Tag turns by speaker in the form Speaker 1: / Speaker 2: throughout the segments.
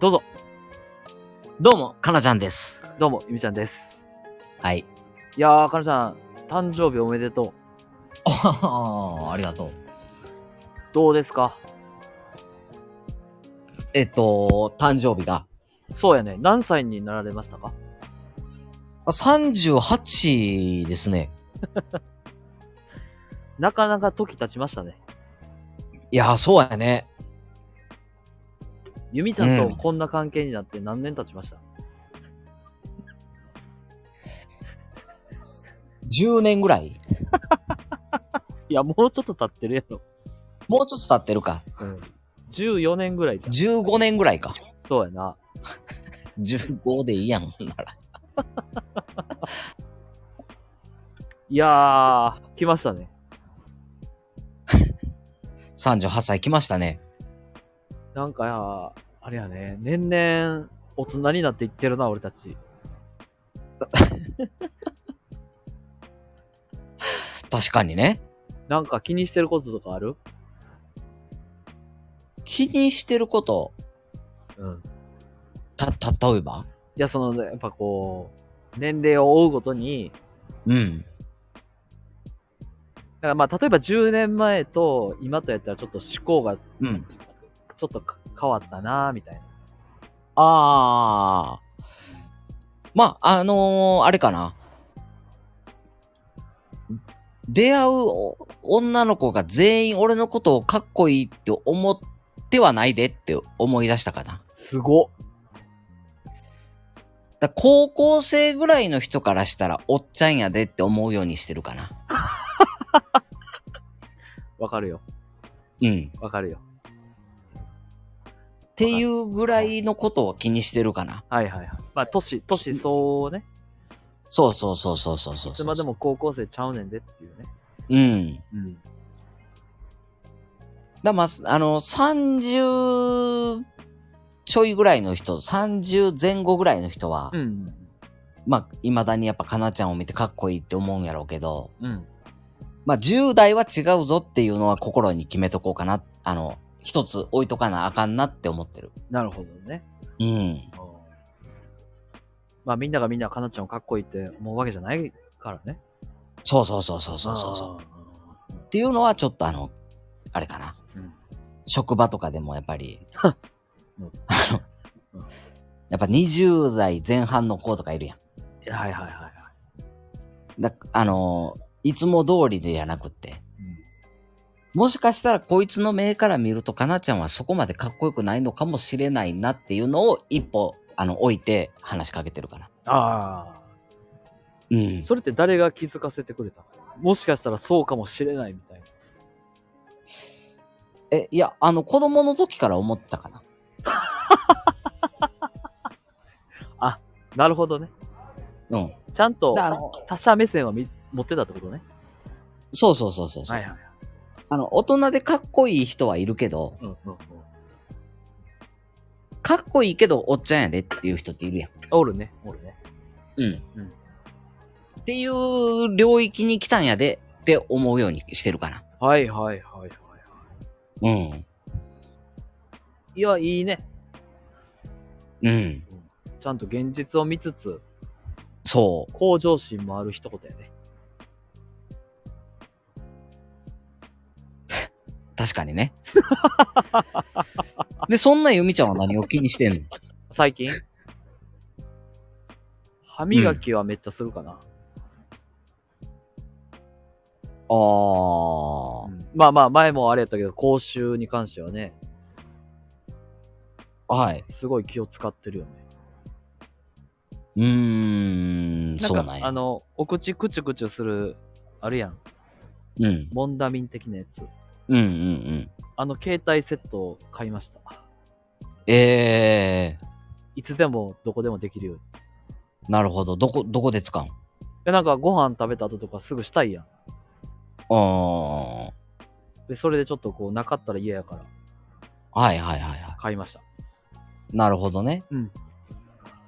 Speaker 1: どうぞ。
Speaker 2: どうも、かなちゃんです。
Speaker 1: どうも、ゆみちゃんです。
Speaker 2: はい。
Speaker 1: いやー、かのちゃん、誕生日おめでとう。
Speaker 2: ああ、ありがとう。
Speaker 1: どうですか
Speaker 2: えっと、誕生日が。
Speaker 1: そうやね。何歳になられましたか
Speaker 2: あ38ですね。
Speaker 1: なかなか時経ちましたね。
Speaker 2: いやー、そうやね。
Speaker 1: ゆみちゃん
Speaker 2: う
Speaker 1: と
Speaker 2: ん
Speaker 1: こんな関係になって何年経ちました、
Speaker 2: 10年ぐらい
Speaker 1: いや、もうちょっと経ってるやろ。
Speaker 2: もうちょっと経ってるか。
Speaker 1: うん。14年ぐらいじゃん。
Speaker 2: 15年ぐらいか。
Speaker 1: そうやな。
Speaker 2: 15でいいやん、ほんなら。
Speaker 1: いやー、来ましたね。
Speaker 2: 38歳来ましたね。
Speaker 1: なんかや、あれやね、年々大人になっていってるな、俺たち。
Speaker 2: 確かにね。
Speaker 1: なんか気にしてることとかある
Speaker 2: 気にしてること、
Speaker 1: うん。
Speaker 2: た、た、例えば
Speaker 1: いや、その、やっぱこう、年齢を追うごとに、
Speaker 2: うん。
Speaker 1: だからまあ、例えば10年前と今とやったらちょっと思考が
Speaker 2: うん。
Speaker 1: ちょっとか変わったな、みたいな。
Speaker 2: ああ。まあ、あのーあれかな。出会うお女の子が全員俺のことをかっこいいって思ってはないでって思い出したかな。
Speaker 1: すごっ。
Speaker 2: だ高校生ぐらいの人からしたらおっちゃんやでって思うようにしてるかな。
Speaker 1: わかるよ。
Speaker 2: うん。
Speaker 1: わかるよ。
Speaker 2: っていうぐらいのことを気にしてるかな。
Speaker 1: はいはいはい。まあ、年、年相応ね。
Speaker 2: そうそうそうそうそうそうそう。
Speaker 1: いつまでも高校生ちゃうねんでっていうね。
Speaker 2: うん。
Speaker 1: うん。
Speaker 2: だまあ、すあの、30ちょいぐらいの人、30前後ぐらいの人は、
Speaker 1: うん。
Speaker 2: まあ、未だにやっぱかなちゃんを見てかっこいいって思うんやろうけど、
Speaker 1: うん。
Speaker 2: まあ、10代は違うぞっていうのは心に決めとこうかな。あの、一つ置いとかなあかんなって思ってる。
Speaker 1: なるほどね。
Speaker 2: うん。
Speaker 1: うんまあ、みんながみんなかなちゃんをかっこいいって思うわけじゃないからね。
Speaker 2: そうそうそうそうそうそうそう。
Speaker 1: う
Speaker 2: っていうのはちょっとあの、あれかな。
Speaker 1: うん
Speaker 2: 職場とかでもやっぱり、
Speaker 1: うん
Speaker 2: あの、やっぱ20代前半の子とかいるやん。
Speaker 1: ん。いやはいはいはいはい。
Speaker 2: だあのいつも通りでじゃなくって、
Speaker 1: うん
Speaker 2: もしかしたらこいつの目から見るとかなちゃんはそこまでかっこよくないのかもしれないなっていうのを一歩あの置いて話しかけてるかな。
Speaker 1: あ
Speaker 2: うん
Speaker 1: あ。。それって誰が気づかせてくれたもしかしたらそうかもしれないみたいな。
Speaker 2: え、いや、あの子供の時から思ってたかな。
Speaker 1: なるほどね。
Speaker 2: うん。
Speaker 1: ちゃんと
Speaker 2: だあの
Speaker 1: 他者目線を見持ってたってことね。
Speaker 2: そうそうそうそうそう、
Speaker 1: はい。
Speaker 2: あの、大人でかっこいい人はいるけど、
Speaker 1: うんうんうん。
Speaker 2: かっこいいけどおっちゃんやでっていう人っているやん。
Speaker 1: おるね、おるね。
Speaker 2: うん。
Speaker 1: うん
Speaker 2: っていう領域に来たんやでって思うようにしてるかな。
Speaker 1: はいはいはいはい。
Speaker 2: うん。
Speaker 1: いや、いいね。
Speaker 2: うん。
Speaker 1: ちゃんと現実を見つつ、
Speaker 2: そう。
Speaker 1: 向上心もある一言やね。
Speaker 2: 確かにね。 で、そんなゆみちゃんは何を気にしてんの
Speaker 1: 最近歯磨きはめっちゃするかな。
Speaker 2: あ
Speaker 1: うんまあまあ、前もあれやったけど、口臭に関してはね、
Speaker 2: あ、はい。
Speaker 1: すごい気を使ってるよね。
Speaker 2: うー
Speaker 1: な
Speaker 2: ん、
Speaker 1: ん
Speaker 2: そう
Speaker 1: か、
Speaker 2: なん
Speaker 1: あ
Speaker 2: や。
Speaker 1: の、お口クチュクチュする、あるやん。
Speaker 2: うん、
Speaker 1: モンダミン的なやつ。
Speaker 2: うん、うん、うん。
Speaker 1: あの、携帯セットを買いました。
Speaker 2: ええ
Speaker 1: いつでも、どこでもできるように。い
Speaker 2: ー、なるほど。どこ、どこで使うん
Speaker 1: や、なんか、ご飯食べた後とかすぐしたいやん。
Speaker 2: あ
Speaker 1: で、それでちょっとこう、なかったら嫌やから、
Speaker 2: あ、はいはいはいは
Speaker 1: 買いました。い
Speaker 2: い。なるほどね。
Speaker 1: うん。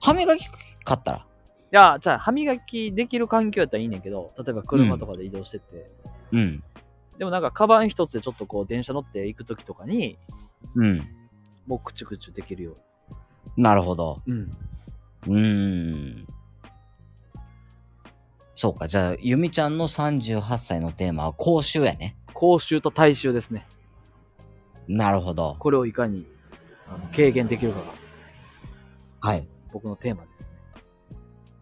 Speaker 2: 歯磨き買ったら
Speaker 1: や、じゃあ、歯磨きできる環境やったらいいねんけど、例えば車とかで移動してて、
Speaker 2: うん、
Speaker 1: でもなんか、カバン一つでちょっとこう、電車乗って行く時とかに、
Speaker 2: うん。
Speaker 1: もう、クチュクチュできるように。
Speaker 2: なるほど。
Speaker 1: うん。
Speaker 2: うーん。そうか、じゃあ、ゆみちゃんの38歳のテーマは口臭やね。
Speaker 1: 口臭と体臭ですね。
Speaker 2: なるほど。
Speaker 1: これをいかにあの軽減できるかが
Speaker 2: はい。
Speaker 1: 僕のテーマですね。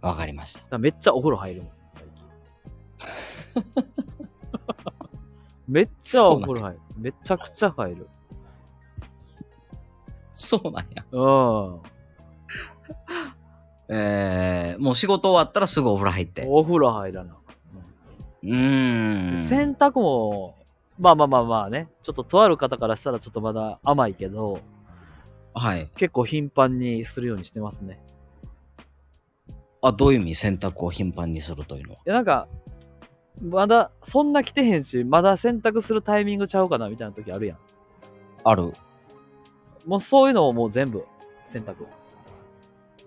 Speaker 2: わかりました
Speaker 1: だ。からめっちゃお風呂入るもん、最 近。めっちゃお風呂入る。めちゃくちゃ入る。
Speaker 2: そうなんや。
Speaker 1: うん。
Speaker 2: えー、もう仕事終わったらすぐお風呂入って。
Speaker 1: お風呂入らな。
Speaker 2: うーん。
Speaker 1: 洗濯も、まあまあまあまあね、ちょっととある方からしたらちょっとまだ甘いけど、
Speaker 2: はい。
Speaker 1: 結構頻繁にするようにしてますね。
Speaker 2: あ、どういう意味洗濯を頻繁にするというのはい
Speaker 1: やなんか、まだそんな来てへんし、まだ洗濯するタイミングちゃうかなみたいな時あるやん。
Speaker 2: ある。
Speaker 1: もうそういうのをもう全部洗濯。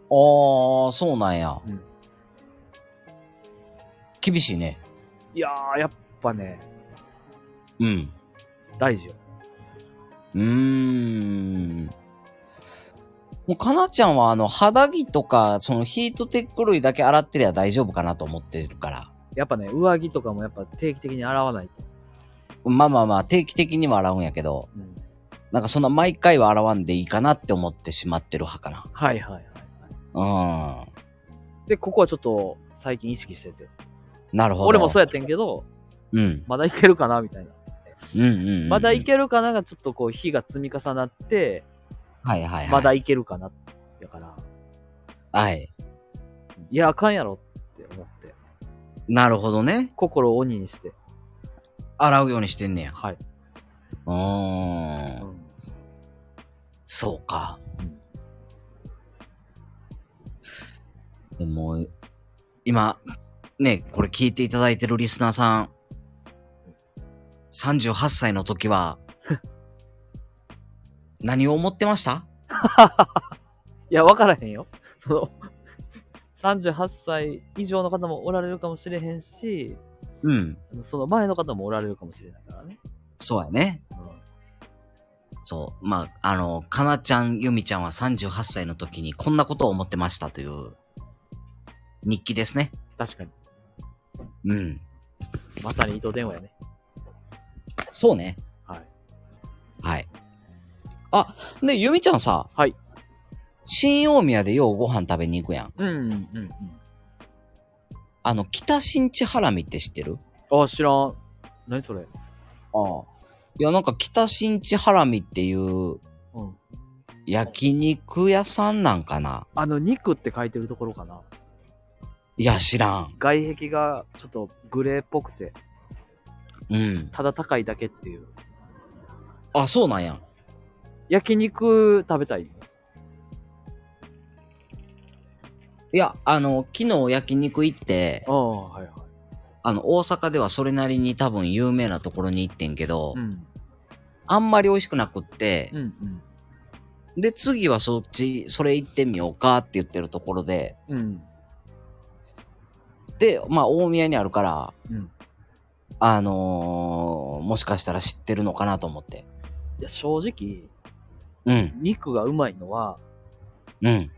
Speaker 2: ああ、そうなんや。
Speaker 1: うん
Speaker 2: 厳しいね。
Speaker 1: いやー、やっぱね、
Speaker 2: うん。
Speaker 1: 大事よ。
Speaker 2: うーん。もう、かなちゃんは、あの、肌着とか、そのヒートテック類だけ洗ってりゃ大丈夫かなと思ってるから。
Speaker 1: やっぱね、上着とかもやっぱ定期的に洗わないと。
Speaker 2: まあまあまあ、定期的には洗うんやけど、
Speaker 1: うん
Speaker 2: なんかそんな毎回は洗わんでいいかなって思ってしまってる派かな。
Speaker 1: はいはいはいはい。
Speaker 2: うん。
Speaker 1: で、ここはちょっと最近意識してて。
Speaker 2: なるほど。
Speaker 1: 俺もそうやってんけど、
Speaker 2: うん。
Speaker 1: まだいけるかなみたいな。
Speaker 2: うんうんうん。
Speaker 1: まだいけるかながちょっとこう火が積み重なって、
Speaker 2: はいはいはい。
Speaker 1: まだいけるかなやから、
Speaker 2: はい。
Speaker 1: いや、あかんやろって思って、
Speaker 2: なるほどね。
Speaker 1: 心を鬼にして、
Speaker 2: 洗うようにしてんねや。
Speaker 1: はい。
Speaker 2: うー。
Speaker 1: うんん
Speaker 2: そうか。
Speaker 1: うん
Speaker 2: でも、今、ね、これ聞いていただいてるリスナーさん、38歳の 時は、何を思ってました
Speaker 1: いや、わからへんよ。 その、38歳以上の方もおられるかもしれへんし、
Speaker 2: うん。
Speaker 1: その前の方もおられるかもしれないからね。
Speaker 2: そうやね。
Speaker 1: うん
Speaker 2: そう。まあ、あの、かなちゃん、ゆみちゃんは38歳の時にこんなことを思ってましたという日記ですね。
Speaker 1: 確かに。
Speaker 2: うん。
Speaker 1: まさに糸電話やね。
Speaker 2: そうね。
Speaker 1: はい。
Speaker 2: はい。あ、で、ゆみちゃんさ。
Speaker 1: はい。
Speaker 2: 新大宮でようご飯食べに行くやん。
Speaker 1: うんうんうん
Speaker 2: あの、北新地ハラミって知ってる
Speaker 1: うん。あ、知らん。何それ。
Speaker 2: ああ。いや、なんか北新地ハラミっていう
Speaker 1: うん。
Speaker 2: 焼肉屋さんなんかな
Speaker 1: あの、肉って書いてるところかな。
Speaker 2: いや、知らん。
Speaker 1: 外壁がちょっとグレーっぽくて、
Speaker 2: うん。
Speaker 1: ただ高いだけっていう。
Speaker 2: あ、そうなんや。
Speaker 1: 焼肉食べたい。
Speaker 2: いや、あの、昨日焼肉行って
Speaker 1: あ、あ、はいはい。
Speaker 2: あの、大阪ではそれなりに多分有名なところに行ってんけど、
Speaker 1: うん。
Speaker 2: あんまり美味しくなくって
Speaker 1: う、んうん。
Speaker 2: で、次はそっち、それ行ってみようかって言ってるところで、
Speaker 1: うん。
Speaker 2: で、まあ、大宮にあるから、
Speaker 1: うん。
Speaker 2: あのーもしかしたら知ってるのかなと思って。
Speaker 1: いや、正直、
Speaker 2: うん、
Speaker 1: 肉がうまいのは、
Speaker 2: うん。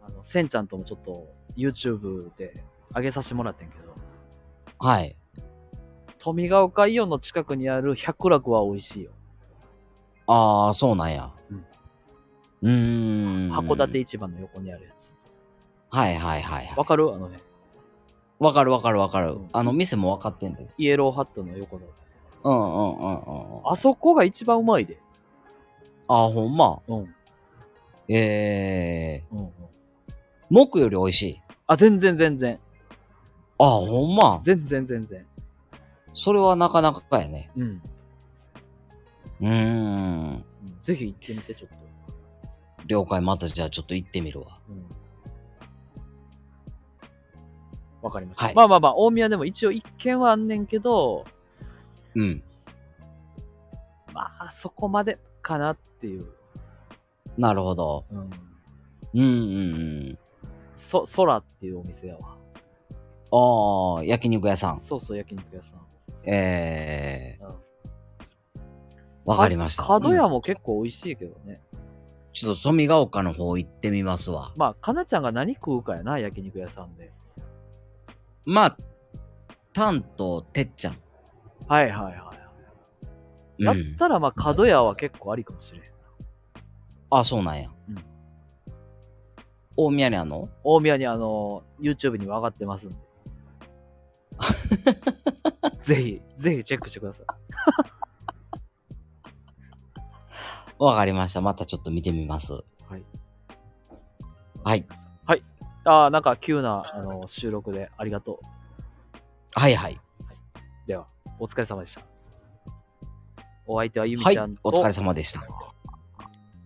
Speaker 1: あの、せんちゃんともちょっと YouTube で上げさせてもらってんけど、
Speaker 2: はい。
Speaker 1: 富ヶ丘イオンの近くにある百楽は美味しいよ。
Speaker 2: ああ、そうなんや。
Speaker 1: うん
Speaker 2: うーん。
Speaker 1: 函館。市場の横にあるや
Speaker 2: はいはいはいはい
Speaker 1: つ。わ。かるあのね、
Speaker 2: わかるわかるわかる
Speaker 1: うん。
Speaker 2: あの、店もわかってんだよ。
Speaker 1: イエローハットの横の。
Speaker 2: うんうんうんうん。あ
Speaker 1: あそこが一番うまいで。
Speaker 2: あー、ほんま。
Speaker 1: うん。
Speaker 2: ええ
Speaker 1: うん、うん。
Speaker 2: ー。木より美味しい。
Speaker 1: あ、全然全然。
Speaker 2: ああ、ほんま。
Speaker 1: 全然全然。
Speaker 2: それはなかなかやね。
Speaker 1: うん。
Speaker 2: うーん。
Speaker 1: ぜひ行ってみて、ちょっと。
Speaker 2: 了解。またじゃあちょっと行ってみるわ。
Speaker 1: うん。わかりました。
Speaker 2: はい
Speaker 1: まあまあまあ、大宮でも一応一軒はあんねんけど、
Speaker 2: うん。
Speaker 1: まあ、そこまでかなっていう。
Speaker 2: なるほど。
Speaker 1: うん。
Speaker 2: うんうんうん。
Speaker 1: そ、空っていうお店やわ。
Speaker 2: ああ、焼肉屋さん。
Speaker 1: そうそう、焼肉屋さん。
Speaker 2: ええ
Speaker 1: うん
Speaker 2: わかりました。
Speaker 1: 角屋
Speaker 2: うん
Speaker 1: も結構美味しいけどね。
Speaker 2: ちょっと富ヶ丘の方行ってみますわ。
Speaker 1: まあ、かなちゃんが何食うかやな、焼肉屋さんで。
Speaker 2: まあ、タンとてっちゃん。
Speaker 1: はいはいは
Speaker 2: う
Speaker 1: い。だっ
Speaker 2: ん。
Speaker 1: たら、まあ、角屋は結構ありかもしれん。
Speaker 2: あ、そうなんや。
Speaker 1: うん
Speaker 2: 大宮にあんの
Speaker 1: 大宮に、あの、YouTube にも上がって ますんで。ぜひ、ぜひチェックしてください。
Speaker 2: わかりました。またちょっと見てみます。
Speaker 1: い
Speaker 2: はい。
Speaker 1: ああ、なんか急な、あの、収録でありがと
Speaker 2: はいはい。
Speaker 1: う。では、お疲れ様でした。お相手はゆみ
Speaker 2: はい
Speaker 1: ちゃん。と、
Speaker 2: お疲れ様でした。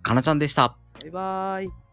Speaker 2: かなちゃんでした。
Speaker 1: バイバーイ。